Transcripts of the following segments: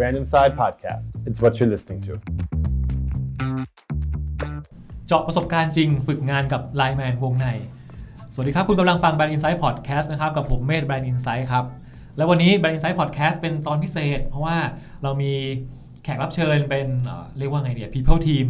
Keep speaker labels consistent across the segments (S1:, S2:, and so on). S1: Random Side Podcast. It's what you're listening to.
S2: เจาะประสบการณ์จริงฝึกงานกับไลแมนวงใน สวัสดีครับ คุณกำลังฟัง Brand Insight Podcast นะครับ กับผมเมธ Brand Insight ครับ และวันนี้ Brand Insight Podcast เป็นตอนพิเศษ เพราะว่าเรามีแขกรับเชิญเป็นเอ่อเรียกว่าไงเดีย People Team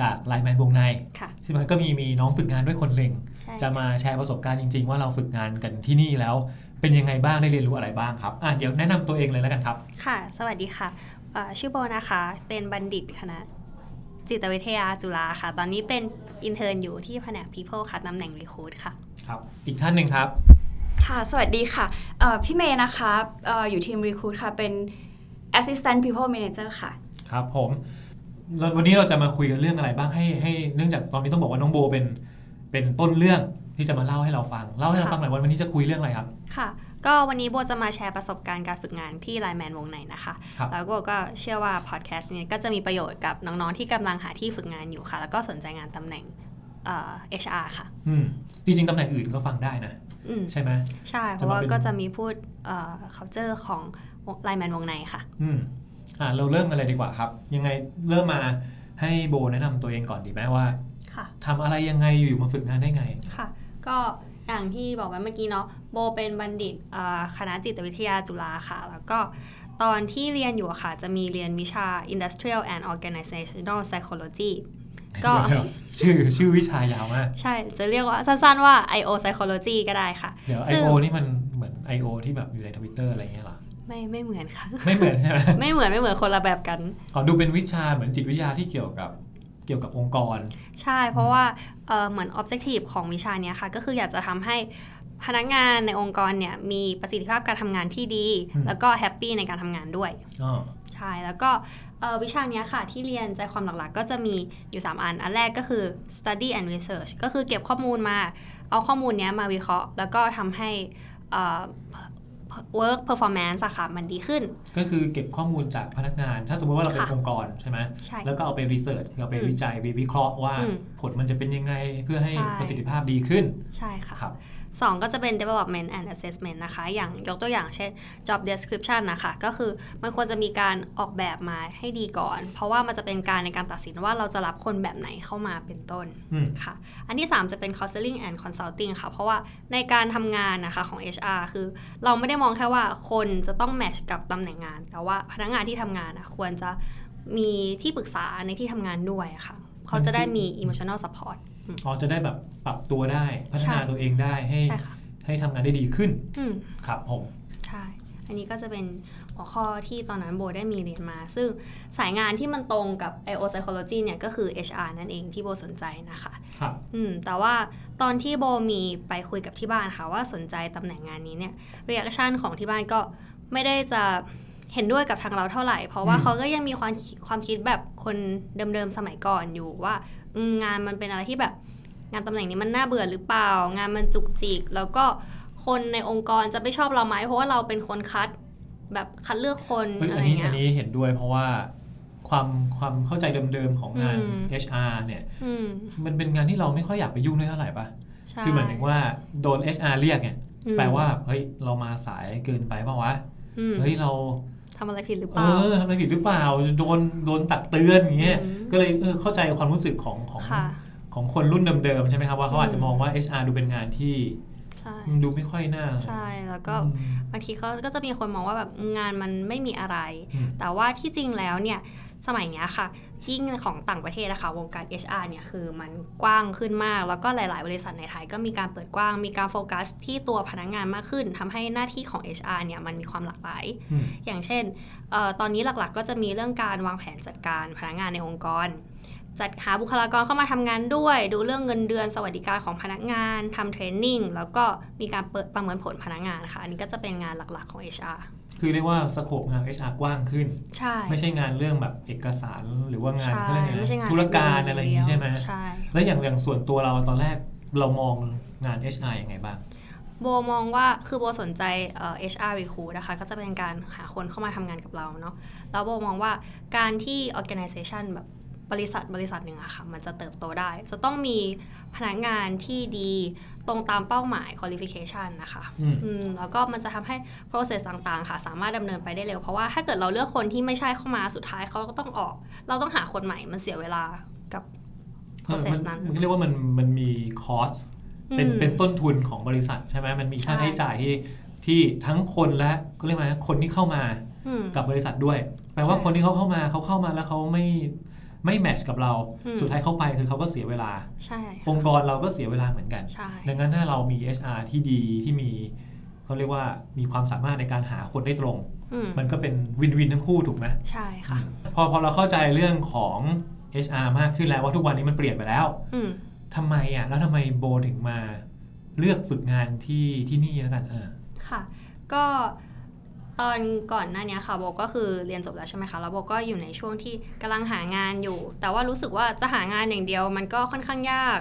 S2: จากไลแมนวงใน
S3: ค่ะ
S2: ซึ่งมันก็มีมีน้องฝึกงานด้วยคนหนึ่ง
S3: ใช่
S2: จะมาแชร์ประสบการณ์จริง ๆ ว่าเราฝึกงานกันที่นี่แล้ว เป็นยังไงบ้างได้เรียนรู้อะไรบ้างครับอ่ะเดี๋ยวแนะนำตัวเองเลยแล้วกันครับ
S3: ค่ะ สวัสดีค่ะเอ่อชื่อโบนะคะ เป็นบัณฑิตคณะ จิตวิทยาจุฬาค่ะ ตอนนี้เป็นอินเทอร์อยู่ที่แผนก People ค่ะตำแหน่ง Recruit ค่ะ
S2: ครับ อีกท่านหนึ่งครับ
S4: ค่ะ สวัสดีค่ะเอ่อพี่เมย์นะคะเอ่ออยู่ทีม Recruit ค่ะ เป็น Assistant People Manager ค่ะ
S2: ครับผมแล้ววันนี้เราจะมาคุยกันเรื่องอะไรบ้างให้ให้เนื่องจากตอนนี้ต้องบอกว่าน้องโบเป็นเป็นต้นเรื่องที่จะมาเล่าให้เราฟังเล่าให้เรา
S3: ค่ะ
S2: ฟังหน่อยว่าวันนี้จะคุยเรื่องอะไรครับ
S3: ค่ะ ก็วันนี้โบจะมาแชร์ประสบการณ์การฝึกงานที่ไลแมนวงในนะคะ
S2: ครับ
S3: แล้วโบก็เชื่อว่าพอดแคสต์นี้ก็จะมีประโยชน์กับน้องๆ ที่กำลังหาที่ฝึกงานอยู่ค่ะ แล้วก็สนใจงานตำแหน่งเอ่อ HR ค่ะ
S2: อืมจริงๆตำแหน่งอื่นก็ฟังได้นะ
S3: อืม
S2: ใช่ไหม
S3: ใช่ เพ
S2: จะ
S3: ราะ
S2: มา
S3: ว่า
S2: เป็น
S3: ก็จะมีพูดเอ่อ culture ของไลแมนวงในค่ะ
S2: อืมอ่าเราเริ่มกันเลยดีกว่าครับ ยังไงเริ่มมาให้โบแนะนำตัวเองก่อนดีไหมว่า
S3: ค่ะ
S2: ทำอะไรยังไงอยู่ๆมาฝึกงานได้ไง
S3: ค่ะ ก็อย่างที่บอกไว้เมื่อกี้เนาะโบเป็นบัณฑิตเอ่อคณะจิตวิทยาจุฬาค่ะ แล้วก็ตอนที่เรียนอยู่อะค่ะ จะมีเรียนวิชา Industrial and Organizational Psychology ก็
S2: ชื่อชื่อวิชายาวมาก
S3: ใช่ จะเรียกว่าสั้นๆว่า I.O. Psychology ก็ได้ค่ะ
S2: เดี๋ยว
S3: ซึ่ง
S2: I.O. นี่มันเหมือน I.O. ที่แบบอยู่ในทวิตเตอร์อะไรอย่างเงี้ยเหรอ
S3: ไม่ไม่เหมือนค่ะ
S2: ไม่เหมือนใช่ไหม
S3: ไม่เหมือนไม่เหมือนคนละแบบกัน
S2: อ๋อดูเป็นวิชาเหมือนจิตวิทยาที่เกี่ยวกับเกี่ยวกับองค์กร
S3: ใช่ เพราะว่าเอ่อเหมือน objective ของวิชาเนี้ยค่ะ ก็คืออยากจะทำให้พนักงานในองค์กรเนี่ยมีประสิทธิภาพการทำงานที่ดี
S2: อืม
S3: แล้วก็แฮปปี้ในการทำงานด้วย
S2: อ๋อ
S3: ใช่ แล้วก็เอ่อวิชาเนี้ยค่ะ ที่เรียนใจความหลักๆ ก็จะมีอยู่ 3 อัน อันแรกก็คือ study and research ก็คือเก็บข้อมูลมา เอาข้อมูลเนี้ยมาวิเคราะห์ แล้วก็ทำให้เอ่อ work performance อะค่ะมันดีขึ้น
S2: ก็คือเก็บข้อมูลจากพนักงาน ถ้าสมมติว่าเราเป็น
S3: ค่ะ
S2: องค์กรใช่ไหม
S3: ใช่
S2: แล้วก็เอาไปรีเสิร์ชคือเอาไป
S3: อืม
S2: วิจัยไปวิเคราะห์ว่า
S3: อืม
S2: ผลมันจะเป็นยังไงเพื่อให้
S3: ใช่
S2: ประสิทธิภาพดีขึ้น
S3: ใช่ค่ะ
S2: ครับ
S3: สองก็จะเป็น development and assessment นะคะ อย่างยกตัวอย่างเช่น job description นะคะ ก็คือมันควรจะมีการออกแบบมาให้ดีก่อน เพราะว่ามันจะเป็นการในการตัดสินว่าเราจะรับคนแบบไหนเข้ามาเป็นต้น
S2: อืม
S3: ค่ะ อันที่ 3 จะเป็น counseling and consulting ค่ะ เพราะว่าในการทำงานนะคะของ HR คือเราไม่ได้มองแค่ว่าคนจะต้องแมทชกับตำแหน่งงาน แต่ว่าพนักงานที่ทำงานนะควรจะมีที่ปรึกษาในที่ทำงานด้วยค่ะ เขาจะได้มี emotional support
S2: อ๋อจะได้แบบปรับตัวได้ พัฒนา
S3: ใช่
S2: ตัวเองได้ให้
S3: ใช่ค่ะ
S2: ให้ทำงานได้ดีขึ้น
S3: อืม
S2: ครับผม
S3: ใช่ อันนี้ก็จะเป็นหัวข้อที่ตอนนั้นโบได้มีเรียนมา ซึ่งสายงานที่มันตรงกับ IO Psychology เนี่ยก็คือ HR นั่นเองที่โบสนใจนะคะ
S2: ครับ
S3: อืม แต่ว่าตอนที่โบมีไปคุยกับที่บ้านค่ะว่าสนใจตำแหน่งงานนี้เนี่ย รีแอคชั่นของที่บ้านก็ไม่ได้จะเห็นด้วยกับทางเราเท่าไหร่ เพราะว่าเขาก็ยังมีความความคิดแบบคนเดิมๆสมัยก่อนอยู่ว่าอืมงานมันเป็นอะไรที่แบบ งานตำแหน่งนี้มันน่าเบื่อหรือเปล่า งานมันจุกจิก แล้วก็คนในองค์กรจะไม่ชอบเราไหมเพราะว่าเราเป็นคนคัด แบบคัดเลือกคน
S2: เฮ้ย
S3: อะ
S2: อั
S3: ไร
S2: นนี้
S3: เงี้
S2: อั
S3: ย
S2: นนี้เห็นด้วยเพราะว่าความความเข้าใจเดิมๆของงาน
S3: อืม
S2: HR เนี่ย
S3: อืม
S2: มันเป็นงานที่เราไม่ค่อยอยากไปยุ่งด้วยเท่าไหร่ปะ
S3: ใช่
S2: คือหมายถึงว่าโดน HR เรียกเนี่ย
S3: อืม
S2: แปลว่าแบบเฮ้ยเรามาสายเกินไปเปล่าวะ
S3: อืม
S2: เฮ้ยเรา
S3: ทำอะไรผิดหรือเป
S2: เอ
S3: ล่า
S2: อทำอะไรผิดหรือเปล่าโดนโดนตักเตือนอย่างเงี้ย
S3: อืม
S2: ก็เลยเออเข้าใจความรู้สึกของของ
S3: ค่ะ
S2: ของคนรุ่นเดิมๆใช่ไหมครับว่าเขา
S3: อืม
S2: อาจจะมองว่า HR ดูเป็นงานที่
S3: ใช่
S2: ดูไม่ค่อยน่า
S3: ใช่แล้วก็
S2: อืม
S3: บางทีเขาก็จะมีคนมองว่าแบบงานมันไม่มีอะไร
S2: อืม
S3: แต่ว่าที่จริงแล้วเนี่ยสมัยเนี้ยค่ะ ยิ่งของต่างประเทศนะคะวงการ HR เนี่ยคือมันกว้างขึ้นมาก แล้วก็หลาย ๆ บริษัทในไทยก็มีการเปิดกว้าง มีการโฟกัสที่ตัวพนักงานมากขึ้นทำให้หน้าที่ของ HR เนี่ยมันมีความหลากหลาย
S2: อืม
S3: อย่างเช่นเออตอนนี้หลัก ๆ ก็จะมีเรื่องการวางแผนจัดการพนักงานในองค์กร จัดหาบุคลากรเข้ามาทำงานด้วย ดูเรื่องเงินเดือนสวัสดิการของพนักงานทำเทรนนิ่งแล้วก็มีการเปิดประเมินผลพนักงานค่ะ อันนี้ก็จะเป็นงานหลักๆของ HR
S2: คือเรียกว่าสโคปงาน HR กว้างขึ้น
S3: ใช่
S2: ไม่ใช่งานเรื่องแบบเอกสารหรือว่างาน
S3: ใช่
S2: เขาเรียกอะไร
S3: ไม่ใช่งา
S2: นะ
S3: น
S2: ธุรการอะไรอย่างงี้ใช่ไหม
S3: ใช่
S2: แล้วอย่างอย่างส่วนตัวเราตอนแรกเรามองงาน HR ยังไงบ้าง
S3: โบมองว่าคือโบสนใจเอ่อ HR recruit นะคะ ก็จะเป็นการหาคนเข้ามาทำงานกับเราเนาะแล้วโบมองว่าการที่ organization แบบ บริษัทบริษัทหนึ่งอะค่ะมันจะเติบโตได้ จะต้องมีพนักงานที่ดีตรงตามเป้าหมาย qualification นะคะ
S2: อืม
S3: อืมแล้วก็มันจะทำให้ process ต่างๆ ค่ะ สามารถดำเนินไปได้เร็ว เพราะว่าถ้าเกิดเราเลือกคนที่ไม่ใช่เข้ามาสุดท้ายเขาก็ต้องออก เราต้องหาคนใหม่มันเสียเวลากับ
S2: เออ
S3: process
S2: มัน
S3: นั้น
S2: มันเรียกว่ามันมันมีคอสเป็น
S3: อืม
S2: เป็นต้นทุนของบริษัทใช่ไหมมันมีค่า
S3: ใช่
S2: ใช้จ่ายที่ที่ทั้งคนและก็เรียกว่าไงคนที่เข้ามา
S3: อืม
S2: กับบริษัทด้วยแปลว่า
S3: ใช่
S2: คนที่เขาเข้ามาเขาเข้ามาแล้วเขาไม่ไม่แมทช์กับเรา
S3: อืม
S2: สุดท้ายเข้าไปคือเขาก็เสียเวลา
S3: ใช่
S2: องค์กรเราก็เสียเวลาเหมือนกัน
S3: ใช่
S2: ดังนั้นถ้าเรามี HR ที่ดีที่มีเขาเรียกว่ามีความสามารถในการหาคนได้ตรง
S3: อืม
S2: มันก็เป็นวินวินทั้งคู่ถูกไหม
S3: ใช่ค่ะ
S2: พอพอเราเข้าใจเรื่องของ HR มากขึ้นแล้วว่าทุกวันนี้มันเปลี่ยนไปแล้ว
S3: อืม
S2: ทำไมอ่ะ แล้วทำไมโบถึงมาเลือกฝึกงานที่ที่นี่แล้วกันเออ
S3: ค่ะ ก็ตอนก่อนหน้าเนี้ยค่ะโบก็คือเรียนจบแล้วใช่ไหมคะแล้วโบก็อยู่ในช่วงที่กำลังหางานอยู่ แต่ว่ารู้สึกว่าจะหางานอย่างเดียว มันก็ค่อนข้างยาก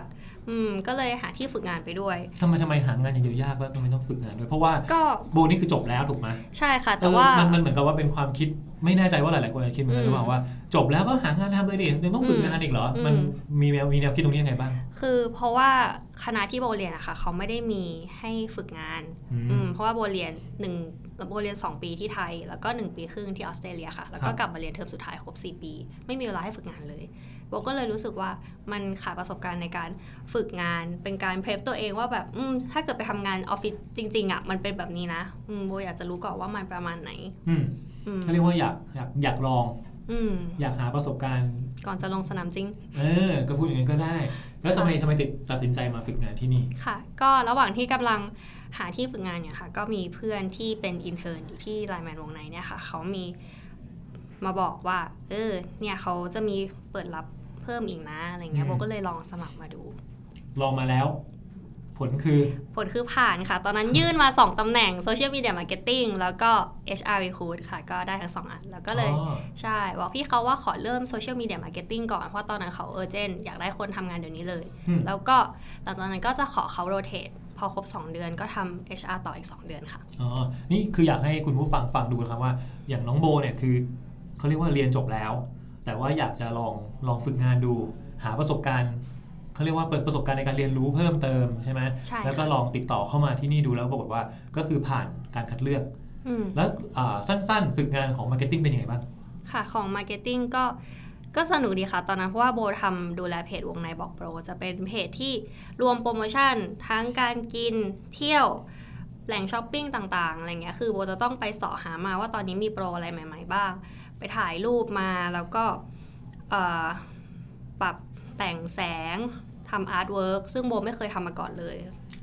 S3: อืมก็เลยหาที่ฝึกงานไปด้วย
S2: ทำไมทำไมหางานอย่างเดียวยากแล้วทำไมต้องฝึกงานด้วย เพราะว่า
S3: ก็
S2: โบนี่คือจบแล้วถูกไหม
S3: ใช่ค่ะ
S2: เอ
S3: แต่
S2: อ
S3: ว่า
S2: นมันเหมือนกับว่าเป็นความคิดไม่แน่ใจว่าหลาย ๆ คนอาจจะคิดเหมือนกันหรือเปล่าว่า จบแล้วก็หางานทำเลยดิยังต้องฝึกงานอีกเหรอ
S3: อืม
S2: มันมีแนวมีแนวคิดตรงนี้ยังไงบ้าง
S3: คือเพราะว่าคณะที่โบเรียนอะค่ะเขาไม่ได้มีให้ฝึกงาน
S2: อืม
S3: อืมเพราะว่าโบเรียนหนึ่งโบเรียน 2 ปีที่ไทย แล้วก็ 1 ปีครึ่งที่ออสเตรเลียค่ะ แล้วก็
S2: ครับ
S3: กลับมาเรียนเทอมสุดท้ายครบ 4 ปี ไม่มีเวลาให้ฝึกงานเลยโบก็เลยรู้สึกว่ามันขาดประสบการณ์ในการฝึกงาน เป็นการเพร p ตัวเองว่าแบบอืมถ้าเกิดไปทำงานออฟฟิศจริงๆอะมันเป็นแบบนี้นะอืมโบอยากจะรู้ก่อนว่ามันประมาณไหน
S2: อืม
S3: อืม
S2: เขาเรียกว่าอยากอยากอยากลอง
S3: อืม
S2: อยากหาประสบการณ์
S3: ก่อนจะลงสนามจริง
S2: เออ ก็พูดอย่างนั้นก็ได้ แล้วทำไมทำไมติดตัดสินใจมาฝึกงานที่นี่
S3: ค่ะ ก็ระหว่างที่กำลังหาที่ฝึกงานเนี่ยค่ะ ก็มีเพื่อนที่เป็นอินเทอร์นอยู่ที่ไลแมนวงในเนี่ยค่ะ เขามีมาบอกว่า เออ เนี่ยเขาจะมีเปิดรับเพิ่มอีกนะอะไรเงี้ย
S2: อื
S3: โบ
S2: ม
S3: ก็เลยลองสมัครมาดู
S2: ลองมาแล้ว ผลคือ
S3: ผลคือผ่านค่ะ ตอนนั้นยื่นมา 2ตำแหน่ง Social Media Marketing แล้วก็ HR Recruit ค่ะ ก็ได้ทั้งสองอัน แล้วก็เลย
S2: อ๋อ
S3: ใช่ บอกพี่เขาว่าขอเริ่ม Social Media Marketing ก่อน เพราะว่าตอนนั้นเขาเออเจนอยากได้คนทำงานเดี๋ยวนี้เลย
S2: อืม
S3: แล้วก็หลังจากนั้นก็จะขอเขาโรเตทพอครบ 2 เดือนก็ทำ HR ต่ออีก 2 เดือนค่ะ
S2: อ๋อ นี่คืออยากให้คุณผู้ฟังฟังดูนะครับว่า อย่างน้องโบเนี่ยคือเขาเรียกว่าเรียนจบแล้ว แต่ว่าอยากจะลองลองฝึกงานดู หาประสบการณ์เขาเรียกว่าเปิดประสบการณ์ในการเรียนรู้เพิ่มเติมใช่ไหม
S3: ใช่ค่ะ
S2: แล้วก็ลองติดต่อเข้ามาที่นี่ดูแล้วปรากฏว่าก็คือผ่านการคัดเลือก
S3: อืม
S2: แล้วอ่าสั้นๆ ฝึกงานของมาร์เก็ตติ้งเป็นยังไงบ้าง
S3: ค่ะของ Marketing ก็ก็สนุกดีค่ะ ตอนนั้นเพราะว่าโบทำดูแลเพจวงในบอกโปร จะเป็นเพจที่รวมโปรโมชั่น ทั้งการกินเที่ยวแหล่งช้อปปิ้งต่างๆ อะไรเงี้ยคือโบจะต้องไปเสาะหามาว่าตอนนี้มีโปรอะไรใหม่ ๆ บ้าง ไปถ่ายรูปมาแล้วก็เอ่อปรับแต่งแสงทำอาร์ตเวิร์กซึ่งโบไม่เคยทำมาก่อนเลย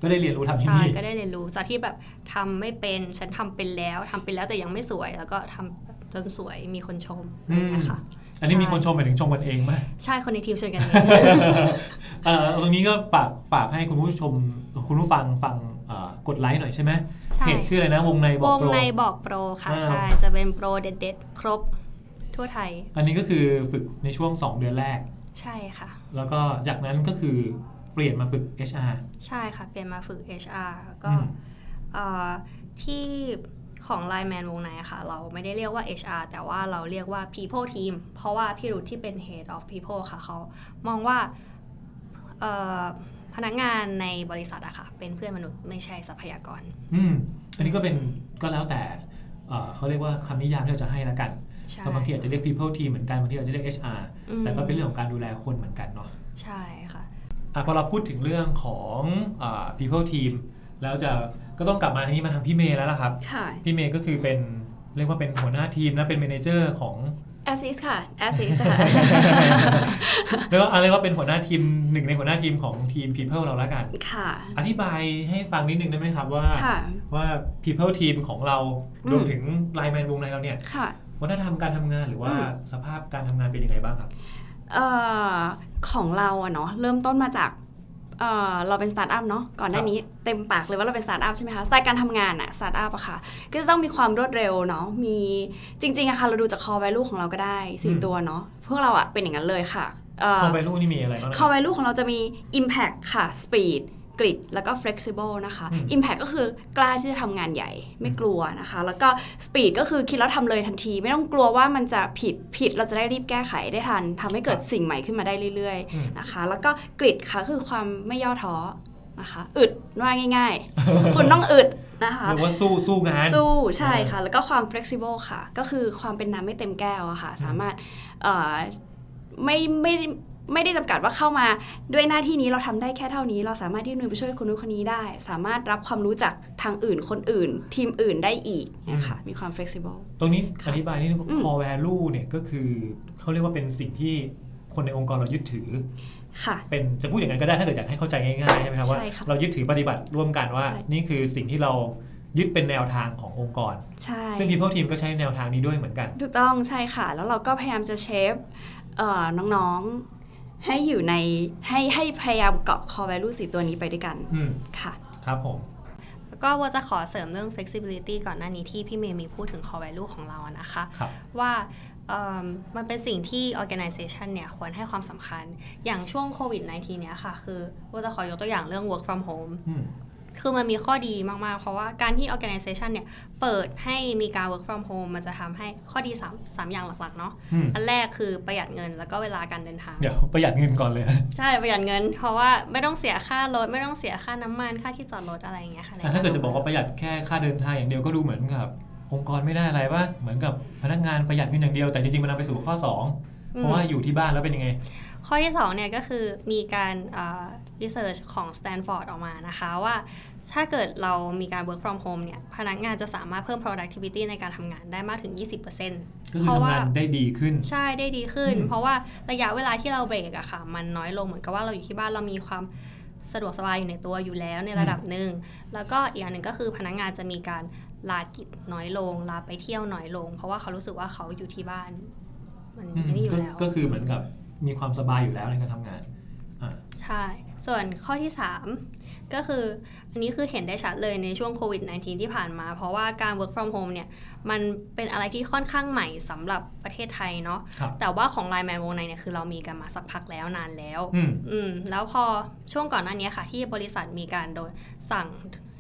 S2: ก็ได้เรียนรู้ทำที่
S3: ใช่
S2: นี่
S3: ก็ได้เรียนรู้จากที่แบบทำไม่เป็นฉันทำเป็นแล้วทำเป็นแล้วแต่ยังไม่สวย แล้วก็ทำจนสวยมีคนชม
S2: อืม
S3: นะคะ
S2: อันนี้มีคนชมหมายถึงชมกันเอง ไหม
S3: ใช่คนในทีมช่วยกันเอง
S2: เอ่อตรงนี้ก็ฝากฝากให้คุณผู้ชมคุณผู้ฟังฟังเอ่อกดไลค์หน่อยใช่ไหม
S3: ใช่
S2: เพจชื่ออะไรนะวงในบ
S3: ว
S2: อก
S3: ง
S2: โปร
S3: ในบอกโปรค่ะ
S2: อ่า
S3: ใช่จะเป็นโปรเด็ดๆ ครบทั่วไทย
S2: อันนี้ก็คือฝึกในช่วง 2 เดือนแรก
S3: ใช่ค่ะ
S2: แล้วก็จากนั้นก็คือเปลี่ยนมาฝึก HR
S3: ใช่ค่ะเปลี่ยนมาฝึก HR ก็
S2: อืม
S3: เอ่อที่ของไลแมนวงในอะค่ะ เราไม่ได้เรียกว่า HR แต่ว่าเราเรียกว่า People Team เพราะว่าพี่รุทที่เป็น Head of People ค่ะเขามองว่าเอ่อพนักงานในบริษัทอะค่ะ เป็นเพื่อนมนุษย์ไม่ใช่ทรัพยากร
S2: อืมอันนี้ก็เป็นก็แล้วแต่เอ่อเขาเรียกว่าคำนิยามที่เราจะให้ละกัน
S3: ใช่
S2: ก็บางทีอาจจะเรียก people team เหมือนกันบางทีอาจจะเรียก HR
S3: อืม
S2: แต่ก็เป็นเรื่องของการดูแลคนเหมือนกันเนาะ
S3: ใช่ค่ะ
S2: อ่ะพอเราพูดถึงเรื่องของอา people team แล้วจะก็ต้องกลับมาทีนี้มาทางพี่เมย์แล้วล่ะครับ
S4: ค่ะ
S2: พี่เมย์ก็คือเป็นเรียกว่าเป็นหัวหน้าทีมนะเป็นเมเนเจอร์ของ
S4: แอสซิสค่ะ แอสซิสค่ะ
S2: เรียกว่าอะไรยกว่าเป็นหัวหน้าทีมหนึ่งในหัวหน้าทีมของทีม people เราละกัน
S4: ค่ะ
S2: อธิบายให้ฟังนิดนึงได้ไหมครับว่า
S4: ค่ะ
S2: ว่า people team ของเรา
S4: อืม
S2: รวมถึงไลน์แมนวงในเราเนี่ย
S4: ค่ะ
S2: วัฒนธรรมการทำงานหรือว่า
S4: อืม
S2: สภาพการทำงานเป็นยังไงบ้างครับ
S4: เอ่อของเราอะเนาะเริ่มต้นมาจากเอ่อเราเป็นสตาร์ทอัพเนาะก่อนหน้านี้เต็มปากเลยว่าเราเป็นสตาร์ทอัพใช่ไหมคะสไตล์การทำงานอะสตาร์ทอัพอะค่ะ ก็จะต้องมีความรวดเร็วเนาะมีจริงๆอะค่ะเราดูจาก core value ของเราก็ได้สี่
S2: อืม
S4: ตัวเนาะพวกเราอะเป็นอย่างนั้นเลยค่ะเอ่อ
S2: คอมไบลูนี่มีอะไรบ้างนะ
S4: core value ของเราจะมี impact ค่ะ speed กริดแล้วก็ flexible นะคะ
S2: อืม
S4: impact ก็คือกล้าที่จะทำงานใหญ่ไม่กลัวนะคะ แล้วก็ speed ก็คือคิดแล้วทำเลยทันที ไม่ต้องกลัวว่ามันจะผิดผิดเราจะได้รีบแก้ไขได้ทันทำให้เกิดสิ่งใหม่ขึ้นมาได้เรื่อย
S2: อืม
S4: ๆนะคะ แล้วก็กริดค่ะคือความไม่ย่อท้อนะคะอึดว่าง่าย ๆ คุณต้องอึดนะคะ
S2: หรือว่าสู้สู้งาน
S4: สู้ใช่
S2: อ่า
S4: ค่ะ แล้วก็ความ flexible ค่ะ ก็คือความเป็นน้ำไม่เต็มแก้วอะค่ะ
S2: อืม
S4: สามารถเอ่อไม่ไม่ไม่ได้จำกัดว่าเข้ามาด้วยหน้าที่นี้เราทำได้แค่เท่านี้ เราสามารถที่จะไปช่วยคนนู้นคนนี้ได้ สามารถรับความรู้จากทางอื่นคนอื่น ทีมอื่นได้อีกเนี่ยค่ะมีความ flexible
S2: ตรงนี้
S4: ค่ะ
S2: อธิบายนิดนึง
S4: อืม
S2: core value เนี่ยก็คือเขาเรียกว่าเป็นสิ่งที่คนในองค์กรเรายึดถือ
S4: ค่ะ
S2: เป็นจะพูดอย่างนั้นก็ได้ถ้าเกิดอยากให้เข้าใจง่ายๆใช่ไหมครับว่า
S4: ใช่ค่ะ
S2: เรายึดถือปฏิบัติร่วมกันว่า
S4: ใช่
S2: นี่คือสิ่งที่เรายึดเป็นแนวทางขององค์กร
S4: ใช่
S2: ซึ่ง people team ก็ใช้แนวทางนี้ด้วยเหมือนกัน
S4: ถูกต้องใช่ค่ะ แล้วเราก็พยายามจะเชฟเอ่อน้องๆให้อยู่ในให้ให้พยายามเกาะ core value สีตัวนี้ไปด้วยกัน
S2: อืม
S4: ค่ะ
S2: ครับผม
S3: แล้วก็ว่าจะขอเสริมเรื่อง flexibility ก่อนหน้านี้ที่พี่เมย์มีพูดถึง core value ของเราอะนะคะ
S2: ครับ
S3: ว่าเอิ่มมันเป็นสิ่งที่ organization เนี่ยควรให้ความสำคัญ อย่างช่วงโควิด -19 เนี้ยค่ะ คือว่าจะขอยกตัวอย่างเรื่อง work from home
S2: อืม
S3: คือมันมีข้อดีมาก ๆ เพราะว่าการที่ organization เนี่ย เปิดให้มีการ work from home มันจะทำให้ข้อดีสามสามอย่างหลัก ๆ เนาะ
S2: อืม
S3: อันแรกคือประหยัดเงินแล้วก็เวลาการเดินทาง
S2: เดี๋ยวประหยัดเงินก่อนเลย
S3: ใช่ ประหยัดเงิน เพราะว่าไม่ต้องเสียค่ารถ ไม่ต้องเสียค่าน้ำมันค่าที่จอดรถอะไรอย่างเงี้ยค่ะใน
S2: ถ้าเกิดจะบอกว่าประหยัดแค่ค่าเดินทางอย่างเดียวก็ดูเหมือนกับ องค์กรไม่ได้อะไรป่ะ เหมือนกับพนักงานประหยัดเงินอย่างเดียว แต่จริงๆมันนำไปสู่ข้อสองเพราะว่าอยู่ที่บ้านแล้วเป็นยังไง
S3: ข้อที่2เนี่ยก็คือมีการรีเสิร์ชของ Stanford ออกมานะคะว่า ถ้าเกิดเรามีการ work from home เนี่ยพนักงานจะสามารถเพิ่ม productivity ในการทำงานได้มากถึง 20%
S2: ก็คือ
S3: เพระ
S2: ทำ
S3: ว่
S2: งานได้ดีขึ้น
S3: ใช่ได้ดีขึ้น
S2: อืม
S3: เพราะว่าระยะเวลาที่เราเบรกอะค่ะ มันน้อยลงเหมือนกับว่าเราอยู่ที่บ้านเรามีความสะดวกสบายอยู่ในตัวอยู่แล้วในระดับหนึ่งแล้วก็อีกอย่างหนึ่งก็คือพนักงานจะมีการลากิจน้อยลง ลาไปเที่ยวน้อยลง เพราะว่าเขารู้สึกว่าเขาอยู่ที่บ้าน มัน
S2: อืม
S3: ไม่ได้อยู่
S2: ก็
S3: แล้ว
S2: ก็คือเหมือนกับมีความสบายอยู่แล้วในการทำงานอ่า
S3: ใช่ ส่วนข้อที่ 3 ก็คืออันนี้คือเห็นได้ชัดเลยในช่วงโควิด -19 ที่ผ่านมา เพราะว่าการ work from home เนี่ยมันเป็นอะไรที่ค่อนข้างใหม่สำหรับประเทศไทยเนาะ
S2: ครับ
S3: แต่ว่าของไลน์แมนวงในเนี่ยคือเรามีกันมาสักพักแล้วนานแล้ว
S2: อืม
S3: อืมแล้วพอช่วงก่อนหน้านี้ค่ะ ที่บริษัทมีการโดนสั่ง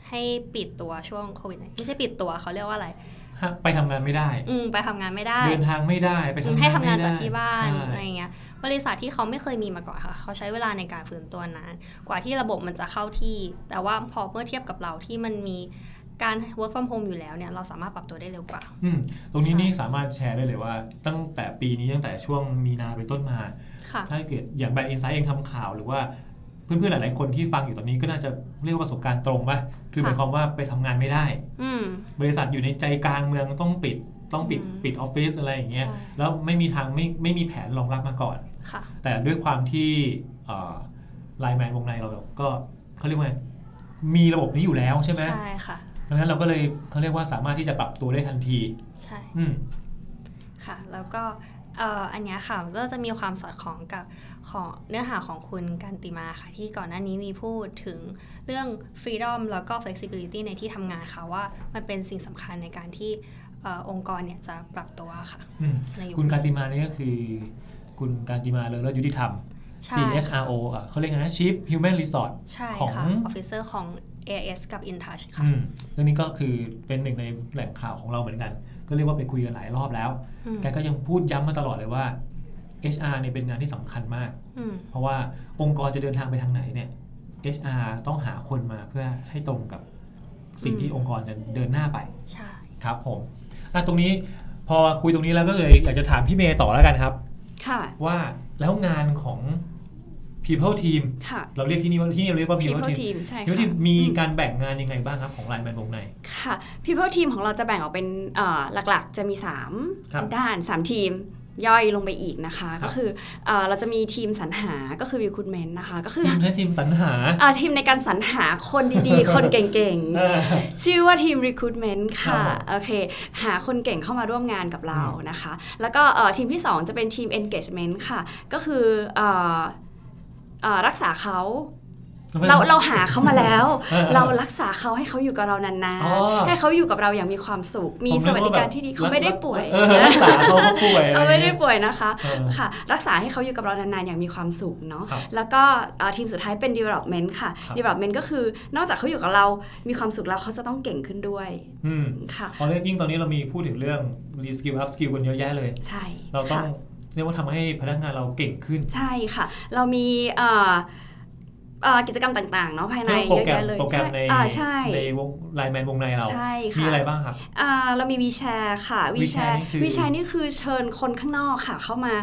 S3: ให้ปิดตัวช่วงโควิด19ไม่ใช่ปิดตัวเขาเรียกว่าอะไร
S2: ฮะไปทำงานไม่ได้
S3: อืมไปทำงานไม่ได้
S2: เดินทางไม่ได้ไปทำงาน
S3: ให้ทำงาน
S2: ไม่ได้
S3: จากที่บ้าน
S2: ใช่
S3: อะไรเงี้ยบริษัทที่เขาไม่เคยมีมาก่อนค่ะ เขาใช้เวลาในการฟื้นตัวนาน กว่าที่ระบบมันจะเข้าที่ แต่ว่าพอเมื่อเทียบกับเราที่มันมีการ work from home อยู่แล้วเนี่ยเราสามารถปรับตัวได้เร็วกว่า
S2: อืมตรงนี้
S3: ใช่
S2: นี่สามารถแชร์ได้เลยว่า ตั้งแต่ปีนี้ตั้งแต่ช่วงมีนาเป็นต้นมา
S3: ค่ะ
S2: ถ้าเกิดอย่างแบรนด์อินไซต์เองทำข่าวหรือว่าเพื่อนๆหลายๆคนที่ฟังอยู่ตอนนี้ก็น่าจะเรียกว่าประสบการณ์ตรงป่ะคือห
S3: ค่ะ
S2: มายความว่าไปทำงานไม่ได้
S3: อืม
S2: บริษัทอยู่ในใจกลางเมืองต้องปิดต้องปิด
S3: อืม
S2: ปิดออฟฟิศอะไรอย่างเงี้ย
S3: ใช่
S2: แล้วไม่มีทางไม่ไม่มีแผนรองรับมาก่อน
S3: ค่ะ
S2: แต่ด้วยความที่ไลน์แมนวงในเราก็เขาเรียกว่าไงมีระบบนี้อยู่แล้วใช่ไหม
S3: ใช่ค่ะ
S2: ดังนั้นเราก็เลยเขาเรียกว่าสามารถที่จะปรับตัวได้ทันที
S3: ใช่
S2: อืม
S3: ค่ะ แล้วก็เอ่ออันเนี้ยค่ะก็จะมีความสอดคล้องกับของเนื้อหาของคุณกันติมาค่ะ ที่ก่อนหน้านี้มีพูดถึงเรื่อง freedom แล้วก็ flexibility ในที่ทำงานค่ะ ว่ามันเป็นสิ่งสำคัญในการที่เอ่อองค์กรเนี่ยจะปรับตัวค่ะ
S2: อืม
S3: ในยุ
S2: คุณการติมาเนี่ยก็คือ คุณการติมาเลอเลิศยุติธรรม
S3: ใช่
S2: CHRO อ่ะเขาเรียกไงนะ Chief Human Resource
S3: ใช่
S2: ของ
S3: ค่ะ officer ของ AS กับ InTouch ค่ะ
S2: อืมเรื่องนี้ก็คือเป็นหนึ่งในแหล่งข่าวของเราเหมือนกัน ก็เรียกว่าไปคุยกันหลายรอบแล้ว
S3: อืม
S2: แกก็ยังพูดย้ำมาตลอดเลยว่า HR เนี่ยเป็นงานที่สำคัญมาก
S3: อืม
S2: เพราะว่าองค์กรจะเดินทางไปทางไหนเนี่ย HR ต้องหาคนมาเพื่อให้ตรงกับสิ่ง
S3: อืม
S2: ที่องค์กรจะเดินหน้าไป
S3: ใช่
S2: ครับผมอ่ะตรงนี้พอคุยตรงนี้แล้วก็เลยอยากจะถามพี่เมย์ต่อแล้วกันครับ
S4: ค่ะ
S2: ว่าแล้วงานของ People Team
S4: ค่ะ
S2: เราเรียกที่นี่ว่าที่นี่เราเรียกว่า People
S4: people
S2: Team
S4: team ใช่ค่ะ
S2: People Team มีการแบ่งงานยังไงบ้างครับของไลน์แมนวงใน
S4: ค่ะ people team ของเราจะแบ่งออกเป็นเอ่อหลักๆ จะมี
S2: ครับ
S4: 3 ด้าน 3 ทีมย่อยลงไปอีกนะคะ ก็คือเออเราจะมีทีมสรรหาก็คือ recruitment นะคะ ก็ คือ
S2: ทีมและทีมสรร หา
S4: อ่าทีมในการสรรหาคนดี ๆ คนเก่ง
S2: เออ
S4: ๆ ชื่อว่าทีม recruitment
S2: ค
S4: ค่ะ
S2: รับผม
S4: โอเค หาคนเก่งเข้ามาร่วมงานกับเรานะคะ แล้วก็เอ่อทีมที่ 2 จะเป็นทีม engagement ค่ะ ก็คือเอ่อเอ่อรักษาเขา เราเราหาเขามาแล้ว
S2: เออ
S4: เรารักษาเขาให้เขาอยู่กับเรานาน
S2: อ๋อ
S4: ๆให้เขาอยู่กับเราอย่างมีความสุข มี
S2: ผ
S4: สวัสดิการที่ดี
S2: นึ
S4: เขาไม่ได้ป่วย
S2: เออรักษาเขาเขาป่วย
S4: เขา
S2: อะรอ
S4: ไม่
S2: ย่ง
S4: ได้
S2: งี้ย
S4: ป่วยนะคะ
S2: เออ
S4: ค่ะ รักษาให้เขาอยู่กับเรานานๆ อย่างมีความสุขเนาะ
S2: ครับ
S4: แล้วก็เอ่อทีมสุดท้ายเป็น development ค่ะ
S2: ครับ
S4: development ก็คือนอกจากเขาอยู่กับเรา มีความสุขแล้วเขาจะต้องเก่งขึ้นด้วย
S2: อืม
S4: ค่ะ
S2: พอเรื่องยิ่งตอนนี้เรามีพูดถึงเรื่อง รีสกิลอัพสกิลกันเยอะแยะเลย
S4: ใช่
S2: เราต้อง
S4: ค่ะ
S2: เรียกว่าทำให้พนักงานเราเก่งขึ้น
S4: ใช่ค่ะ เรามีเอ่อเอ่อกิจกรรมต่างๆ เนาะภายใน
S2: เรื่องโป
S4: เย
S2: ร
S4: อะ
S2: แกรม
S4: แยะเลย
S2: โปรแกรมใน
S4: อ่าใช่
S2: ในวงไลน์แมนวงในเรา
S4: ใช่
S2: มี
S4: ค่ะ
S2: อะไรบ้างครับ
S4: อ่าเรามีวีแชร์ค่ะวีแช
S2: WeChat
S4: ร์
S2: นี่คือ
S4: วีแชร์นี่คือเชิญคนข้างนอกค่ะ เข้ามา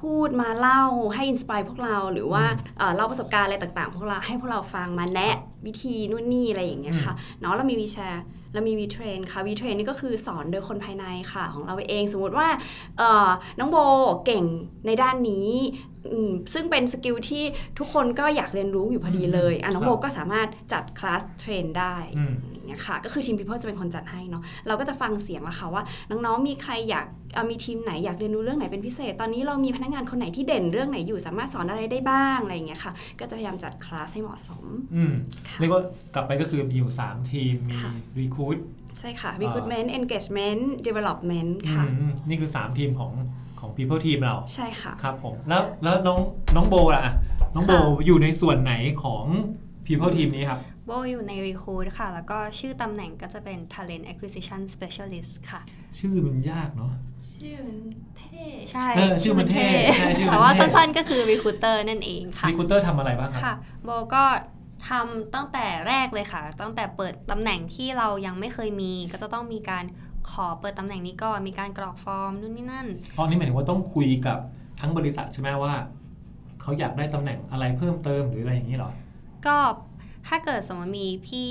S4: พูดมาเล่าให้อินสปายพวกเราหรือว่าเอ่อเล่าประสบการณ์อะไรต่างๆ พวกเราให้พวกเราฟังมาแนะวิธีนู่นนี่อะไรอย่างเงี้ยค่ะเนาะเรามีวีแชร์เรามีวีเทรนค่ะวีเทรนนี่ก็คือสอนโดยคนภายในค่ะของเราเองสมมุติว่า เอ่อน้องโบเก่งในด้านนี้อืมซึ่งเป็นสกิลที่ทุกคนก็อยากเรียนรู้อยู่พอดีเลยอ่ะน้องโบก็สามารถจัดคลาสเทรนได้
S2: อืม
S4: อย่างเงี้ยค่ะก็คือทีม People จะเป็นคนจัดให้เนาะเราก็จะฟังเสียงละค่ะว่า น้องๆ มีใครอยากเอ่อมีทีมไหนอยากเรียนรู้เรื่องไหนเป็นพิเศษ ตอนนี้เรามีพนักงานคนไหนที่เด่นเรื่องไหนอยู่สามารถสอนอะไรได้บ้างอะไรอย่างเงี้ยค่ะ ก็จะพยายามจัดคลาสให้เหมาะสม
S2: อืม
S4: ค่ะ
S2: เรียกว่ากลับไปก็คือมีอยู่ 3 ทีม มี
S4: ค่ะ
S2: รีคูด
S4: ใช่ค่ะ recruitment engagement development ค่ะ
S2: นี่คือ 3 ทีมของของ People Team เรา
S4: ใช่ค่ะ
S2: ครับผม แล้วแล้วน้องน้องโบล่ะ น้องโบ
S3: ค่ะ
S2: อยู่ในส่วนไหนของ People Team นี้ครับ
S3: โบอยู่ใน Recruit ค่ะ แล้วก็ชื่อตำแหน่งก็จะเป็น Talent Acquisition Specialist ค่ะ
S2: ชื่อมันยากเนาะ
S4: ชื่อมันเท่
S3: ใช่
S2: เออชื่อมันเท่ใช่ชื่อมันเท่
S3: แต่ว่าสั้นๆก็คือ Recruiter นั่นเองค่ะ
S2: รีคูเตอร์ทำอะไรบ้างครับ
S3: ค่ะโบก็ทำตั้งแต่แรกเลยค่ะ ตั้งแต่เปิดตำแหน่งที่เรายังไม่เคยมี ก็จะต้องมีการขอเปิดตำแหน่งนี้ก่อนมีการกรอกฟอร์มนู่นนี่นั่น
S2: ตอนนี้หมายถึงว่าต้องคุยกับทั้งบริษัทใช่ไหมว่า เขาอยากได้ตำแหน่งอะไรเพิ่มเติมหรืออะไรอย่างนี้เหรอ
S3: ก็ถ้าเกิดสมมติมีพี่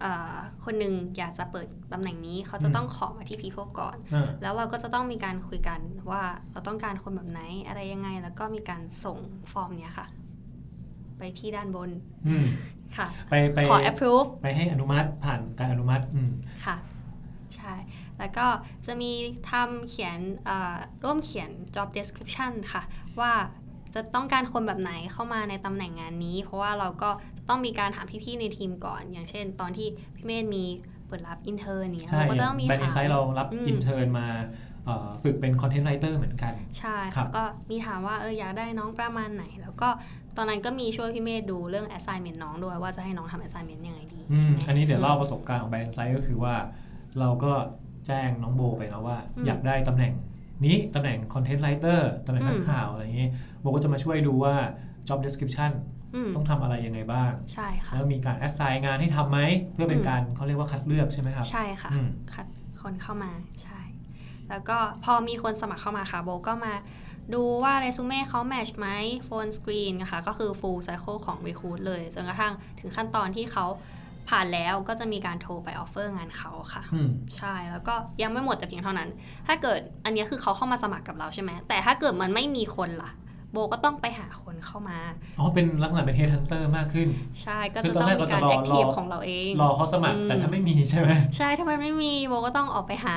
S3: เอ่อคนหนึ่งอยากจะเปิดตำแหน่งนี้เขาจะ
S2: อืม
S3: ต้องขอมาที่ People ก่อน
S2: อ่า
S3: แล้วเราก็จะต้องมีการคุยกันว่าเราต้องการคนแบบไหนอะไรยังไง แล้วก็มีการส่งฟอร์มเนี้ยค่ะ ไปที่ด้านบน
S2: อืม
S3: ค่ะ
S2: ไปไป
S3: ขอ approve
S2: ไปให้อนุมัติผ่านการอนุมัติอืม
S3: ค่ะ ใช่ แล้วก็จะมีทำเขียนเอ่อร่วมเขียน job description ค่ะ ว่าจะต้องการคนแบบไหนเข้ามาในตำแหน่งงานนี้ เพราะว่าเราก็ต้องมีการถามพี่ๆในทีมก่อน อย่างเช่น ตอนที่พี่เมธมีเปิดรับอินเทอร์อย่างเนี้ย
S2: ใช่
S3: เราก็จะต้องมี
S2: แบรนด์อินไซ
S3: ถาม
S2: ต์เรารับ
S3: อืม
S2: อินเทอร์นมาเอ่อฝึกเป็นคอนเทนต์ไรเตอร์เหมือนกัน
S3: ใช่
S2: ครั
S3: ค่ะ
S2: บ
S3: ก็มีถามว่าเอออยากได้น้องประมาณไหน แล้วก็ตอนนั้นก็มีช่วยพี่เมธดูเรื่อง assignment น้องด้วยว่าจะให้น้องทำ assignment ยังไงดี
S2: อื
S3: ใช่
S2: ม
S3: ไหม
S2: อันนี้เดี๋ยวเล่าประสบการณ์ของแบรนด์อินไซต์ก็คือว่า เราก็แจ้งน้องโบไปนะว่า
S3: อืม
S2: อยากได้ตำแหน่งนี้ตำแหน่งคอนเทนต์ไรเตอร์ตำแหน่งนัก
S3: อืม
S2: ข่าวอะไรอย่างนี้โบก็จะมาช่วยดูว่า job description
S3: อืม
S2: ต้องทำอะไรยังไงบ้าง
S3: ใช่ค่ะ
S2: แล้วมีการ assign งานให้ทำไหม เพื่อเป็น
S3: อืม
S2: การเขาเรียกว่าคัดเลือกใช่ไหมครับ
S3: ใช่ค่ะ
S2: อืม
S3: คัดคนเข้ามาใช่ แล้วก็พอมีคนสมัครเข้ามาค่ะโบก็มาดูว่าเรซูเม่เขาแมทช์ไหมโฟนสกรีนนะคะก็คือ full cycle ของ recruit เลยจนกระทั่งถึงขั้นตอนที่เขาผ่านแล้วก็จะมีการโทรไปออฟเฟอร์งานเขาค่ะ
S2: อืม
S3: ใช่แล้วก็ยังไม่หมดแต่เพียงเท่านั้น ถ้าเกิดอันเนี้ยคือเขาเข้ามาสมัครกับเราใช่ไหมแต่ถ้าเกิดมันไม่มีคนล่ะ โบก็ต้องไปหาคนเข้ามา
S2: อ๋อ เป็นลักษณะเป็น headhunter มากขึ้น
S3: ใช่ก็
S2: คือ
S3: จะ
S2: ตอน
S3: ต้อง
S2: แรก
S3: มีการ
S2: เราจะรอ
S3: แอคทีฟ
S2: รอ
S3: ของเราเอง
S2: รอเขาสมัคร
S3: อืม
S2: แต่ถ้าไม่มีใช่ไหม
S3: ใช่ ถ้ามันไม่มีโบก็ต้องออกไปหา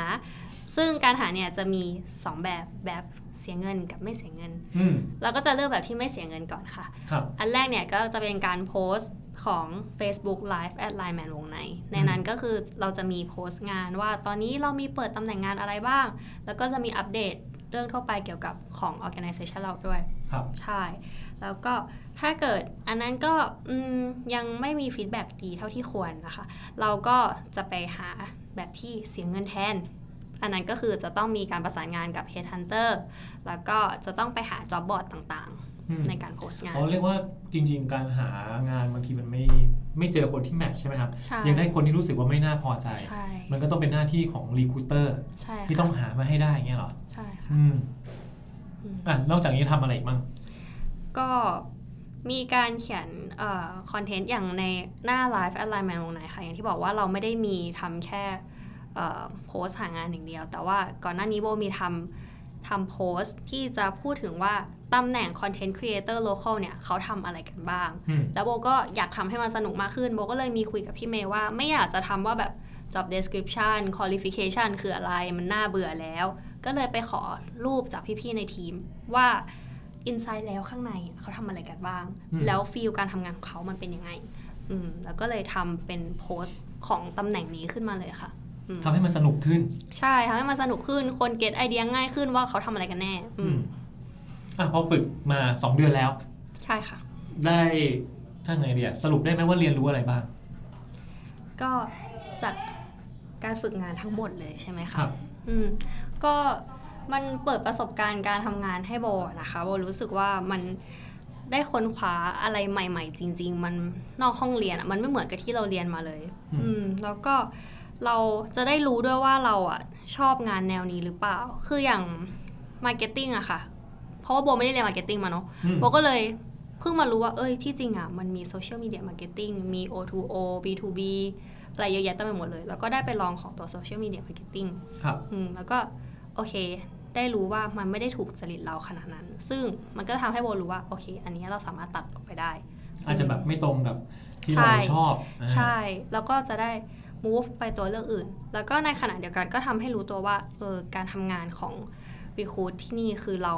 S3: ซึ่งการหาเนี่ยจะมี 2 แบบแบบเสียเงินกับไม่เสียเงิน
S2: อืม
S3: เราก็จะเลือกแบบที่ไม่เสียเงินก่อนค่ะ
S2: ครับ
S3: อันแรกเนี่ยก็จะเป็นการโพสต์ของ Facebook Live at Line Man วงใน ในนั้นก็คือเราจะมีโพสต์งานว่าตอนนี้เรามีเปิดตำแหน่งงานอะไรบ้าง แล้วก็จะมีอัปเดตเรื่องทั่วไปเกี่ยวกับของ organization เราด้วย
S2: ครับ
S3: ใช่ แล้วก็ถ้าเกิดอันนั้นก็อืมยังไม่มีฟีดแบ็กดีเท่าที่ควรนะคะ เราก็จะไปหาแบบที่เสียเงินแทน อันนั้นก็คือจะต้องมีการประสานงานกับ Headhunter แล้วก็จะต้องไปหา job board ต่าง
S2: อืม
S3: ๆ ในการโพสต์งาน
S2: อ๋อเรียกว่าจริง ๆ การหางานบางทีมันไม่ไม่เจอคนที่แมทช์ใช่ไหมครับ
S3: ใช่
S2: ยังได้คนที่รู้สึกว่าไม่น่าพอใจ
S3: ใช่
S2: มันก็ต้องเป็นหน้าที่ของรีคูเตอร์
S3: ใช่
S2: ที่
S3: ค่ะ
S2: ต้องหามาให้ได้อย่างเงี้ยเหรอ
S3: ใช่ค่ะ
S2: อืม
S3: อืม
S2: อ่ะนอกจากนี้ทำอะไรอีกมั่ง
S3: ก็มีการเขียนคอนเทนต์อย่างในหน้า Live at Line Man วงไหนค่ะ อย่างที่บอกว่าเราไม่ได้มีทำแค่โพสหางานอย่างเดียว แต่ว่าก่อนหน้านี้โบมีทำทำโพสที่จะพูดถึงว่าตำแหน่ง Content Creator Local เนี่ยเขาทำอะไรกันบ้าง
S2: อืม
S3: แล้วโบก็อยากทำให้มันสนุกมากขึ้น โบก็เลยมีคุยกับพี่เมย์ว่าไม่อยากจะทำว่าแบบ job description qualification คืออะไรมันน่าเบื่อแล้ว ก็เลยไปขอรูปจากพี่ๆในทีมว่า อินไซด์แล้วข้างในอะเขาทำอะไรกันบ้าง
S2: อืม
S3: แล้วฟีลการทำงานของเขามันเป็นยังไง อืมแล้วก็เลยทำเป็นโพสต์ของตำแหน่งนี้ขึ้นมาเลยค่ะอืม
S2: ทำให้มันสนุกขึ้น
S3: ใช่ทำให้มันสนุกขึ้นคนเก็ตไอเดียง่ายขึ้นว่าเขาทำอะไรกันแน่ อืม
S2: อ่ะพอฝึกมา 2 เดือนแล้ว
S3: ใช่ค่ะ
S2: ได้ถ้าไงเดียสรุปได้ไหมว่าเรียนรู้อะไรบ้าง
S3: ก็จากการฝึกงานทั้งหมดเลยใช่ไหม
S2: ครั
S3: คะ
S2: บ
S3: อืมก็มันเปิดประสบการณ์การทำงานให้โบอะนะคะโบรู้สึกว่ามันได้ค้นคว้าอะไรใหม่ ๆ จริง ๆ มันนอกห้องเรียนอะมันไม่เหมือนกับที่เราเรียนมาเลย
S2: อืม
S3: อืมแล้วก็เราจะได้รู้ด้วยว่าเราอ่ะชอบงานแนวนี้หรือเปล่า คืออย่างมาร์เก็ตติ้งอะค่ะ เพราะว่าโบไม่ได้เรียนมาร์เก็ตติ้งมาเนาะ
S2: อืม
S3: โบก็เลยเพิ่งมารู้ว่าเอ้ยที่จริงอ่ะมันมีโซเชียลมีเดียมาร์เก็ตติ้งมี O2O B2B อะไรเยอะแยะเต็มไปหมดเลย แล้วก็ได้ไปลองของตัวโซเชียลมีเดียมาร์เก็ตติ้ง
S2: ครับ
S3: แล้วก็โอเค ได้รู้ว่ามันไม่ได้ถูกจริตเราขนาดนั้น ซึ่งมันก็ทำให้โบรู้ว่าโอเค อันนี้เราสามารถตัดออกไปได้
S2: อาจจะแบบไม่ตรงกับที่
S3: ใช่
S2: เราชอบอ่า
S3: ใช่ แล้วก็จะได้ move ไปตัวเลือกอื่น แล้วก็ในขณะเดียวกันก็ทำให้รู้ตัวว่า เออ การทำงานของ recruit ที่นี่คือเรา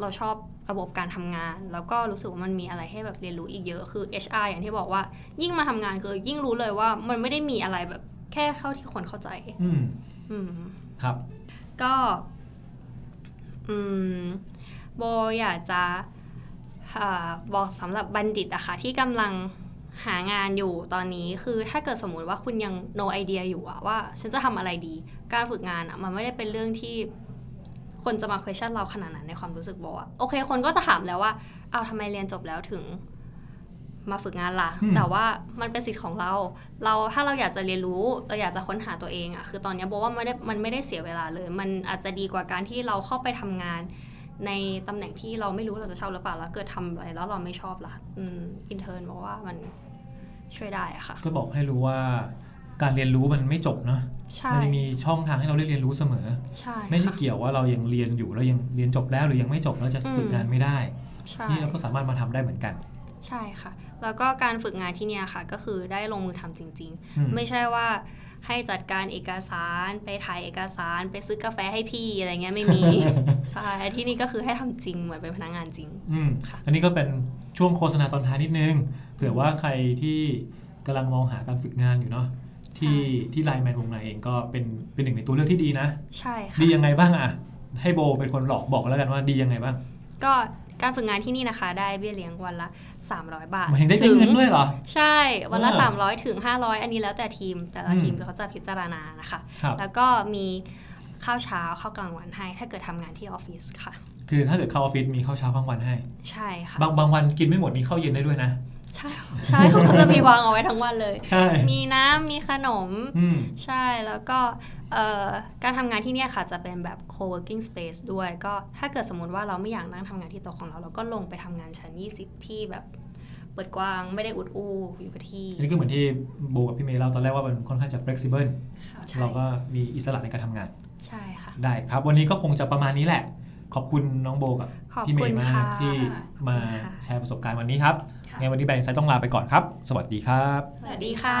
S3: เราชอบระบบการทำงาน แล้วก็รู้สึกว่ามันมีอะไรให้แบบเรียนรู้อีกเยอะ คือ HR อย่างที่บอกว่า ยิ่งมาทำงานคือยิ่งรู้เลยว่ามันไม่ได้มีอะไรแบบแค่เข้าที่คนเข้าใจ
S2: อืม
S3: อืม
S2: ครับ
S3: ก็ อืม โบอยากจะอ่าบอกสำหรับบัณฑิตอะค่ะที่กำลังหางานอยู่ตอนนี้คือถ้าเกิดสมมติว่าคุณยัง no idea อยู่อะว่า ฉันจะทำอะไรดี การฝึกงานอะมันไม่ได้เป็นเรื่องที่คนจะมา question เราขนาดนั้นในความรู้สึกโบอะโอเค คนก็จะถามแล้วว่า เอาทำไมเรียนจบแล้วถึงมาฝึกงานล่ะ
S2: อืม
S3: แต่ว่ามันเป็นสิทธิ์ของเรา เราถ้าเราอยากจะเรียนรู้เราอยากจะค้นหาตัวเองอะคือตอนเนี้ยโบว่ามันไม่ได้มันไม่ได้เสียเวลาเลย มันอาจจะดีกว่าการที่เราเข้าไปทำงาน ในตำแหน่งที่เราไม่รู้เราจะชอบหรือเปล่าแล้วเกิดทำไปแล้วเราไม่ชอบล่ะอืมอินเทอร์นบอกว่ามันช่วยได้อะค่ะ
S2: ก็บอกให้รู้ว่าการเรียนรู้มันไม่จบเนาะ
S3: ใช่
S2: มัจะมีช่องทางให้เราได้เรียนรู้เสมอ
S3: ใช่
S2: ไม่ได้
S3: ค่ะ
S2: เกี่ยวว่าเรายังเรียนอยู่เรายังเรียนจบแล้วหรือยังไม่จบเราจะ
S3: อืม
S2: ฝึกงานไม่ได้
S3: ใช่
S2: นี่เราก็สามารถมาทำได้เหมือนกัน
S3: ใช่ค่ะ แล้วก็การฝึกงานที่เนี่ยค่ะ ก็คือได้ลงมือทำจริง
S2: อืม
S3: ๆ ไม่ใช่ว่าให้จัดการเอกสารไปถ่ายเอกสารไปซื้อกาแฟให้พี่อะไรเงี้ยไม่ มี ใช่ที่นี่ก็คือให้ทำจริงเหมือนเป็นพนักงานจริง
S2: อืม
S3: ค่ะ
S2: อันนี้ก็เป็นช่วงโฆษณาตอนท้ายนิดนึง เผื่อว่าใครที่กำลังมองหาการฝึกงานอยู่เนาะที่ที่ไลน์แมนวงในเองก็เป็นเป็นหนึ่งในตัวเลือกที่ดีนะ
S3: ใช่ค่ะ
S2: ดียังไงบ้างอะให้โบเป็นคนหลอกบอกแล้วกันว่าดียังไงบ้าง
S3: ก็การฝึกงานที่นี่นะคะ ได้เบี้ยเลี้ยงวันละ 300 บาท
S2: หมายถึงได้ได้เงินด้วยเหรอ
S3: ใช่วันละ
S2: อ่า
S3: 300 ถึง 500 อันนี้แล้วแต่ทีม แต่ละ
S2: อืม
S3: ทีมเขาจะพิจารณานะคะ
S2: ครับ
S3: แล้วก็มีข้าวเช้าข้าวกลางวันให้ ถ้าเกิดทำงานที่ออฟฟิศค่ะ
S2: คือถ้าเกิดเข้าออฟฟิศมีข้าวเช้ากลางวันให้
S3: ใช่ค่ะ
S2: บางบางวันกินไม่หมดมีข้าวเย็นได้ด้วยนะ
S3: ใช่ใช่ เขาก็จะมีวางเอาไว้ทั้งวันเลย
S2: ใช่
S3: มีน้ำมีขนม
S2: อืม
S3: ใช่แล้วก็เอ่อการทำงานที่เนี่ยค่ะจะเป็นแบบ co-working space ด้วย ก็ถ้าเกิดสมมติว่าเราไม่อยากนั่งทำงานที่โต๊ะของเรา เราก็ลงไปทำงานชั้น 20 ที่แบบเปิดกว้างไม่ได้อุดอู้อยู่กับที่
S2: อันนี้ก็เหมือนที่โบกับพี่เมย์เล่าตอนแรกว่ามันค่อนข้างจะ flexible
S3: ใช่
S2: เราก็มีอิสระในการทำงาน
S3: ใช่ค่ะ
S2: ได้ครับ วันนี้ก็คงจะประมาณนี้แหละ ขอบคุณน้องโบกับ
S3: ขอบ
S2: พี่เม
S3: คุณ
S2: ย์มา
S3: ค่ะ
S2: กที่มา
S3: ขอบคุณค่ะ
S2: แชร์ประสบการณ์วันนี้ครับ
S4: ค่ะ
S2: งั้นวันนี้แบงค์ไซต์ต้องลาไปก่อนครับ สวัสดีครับ
S3: สวัสดีค่ะ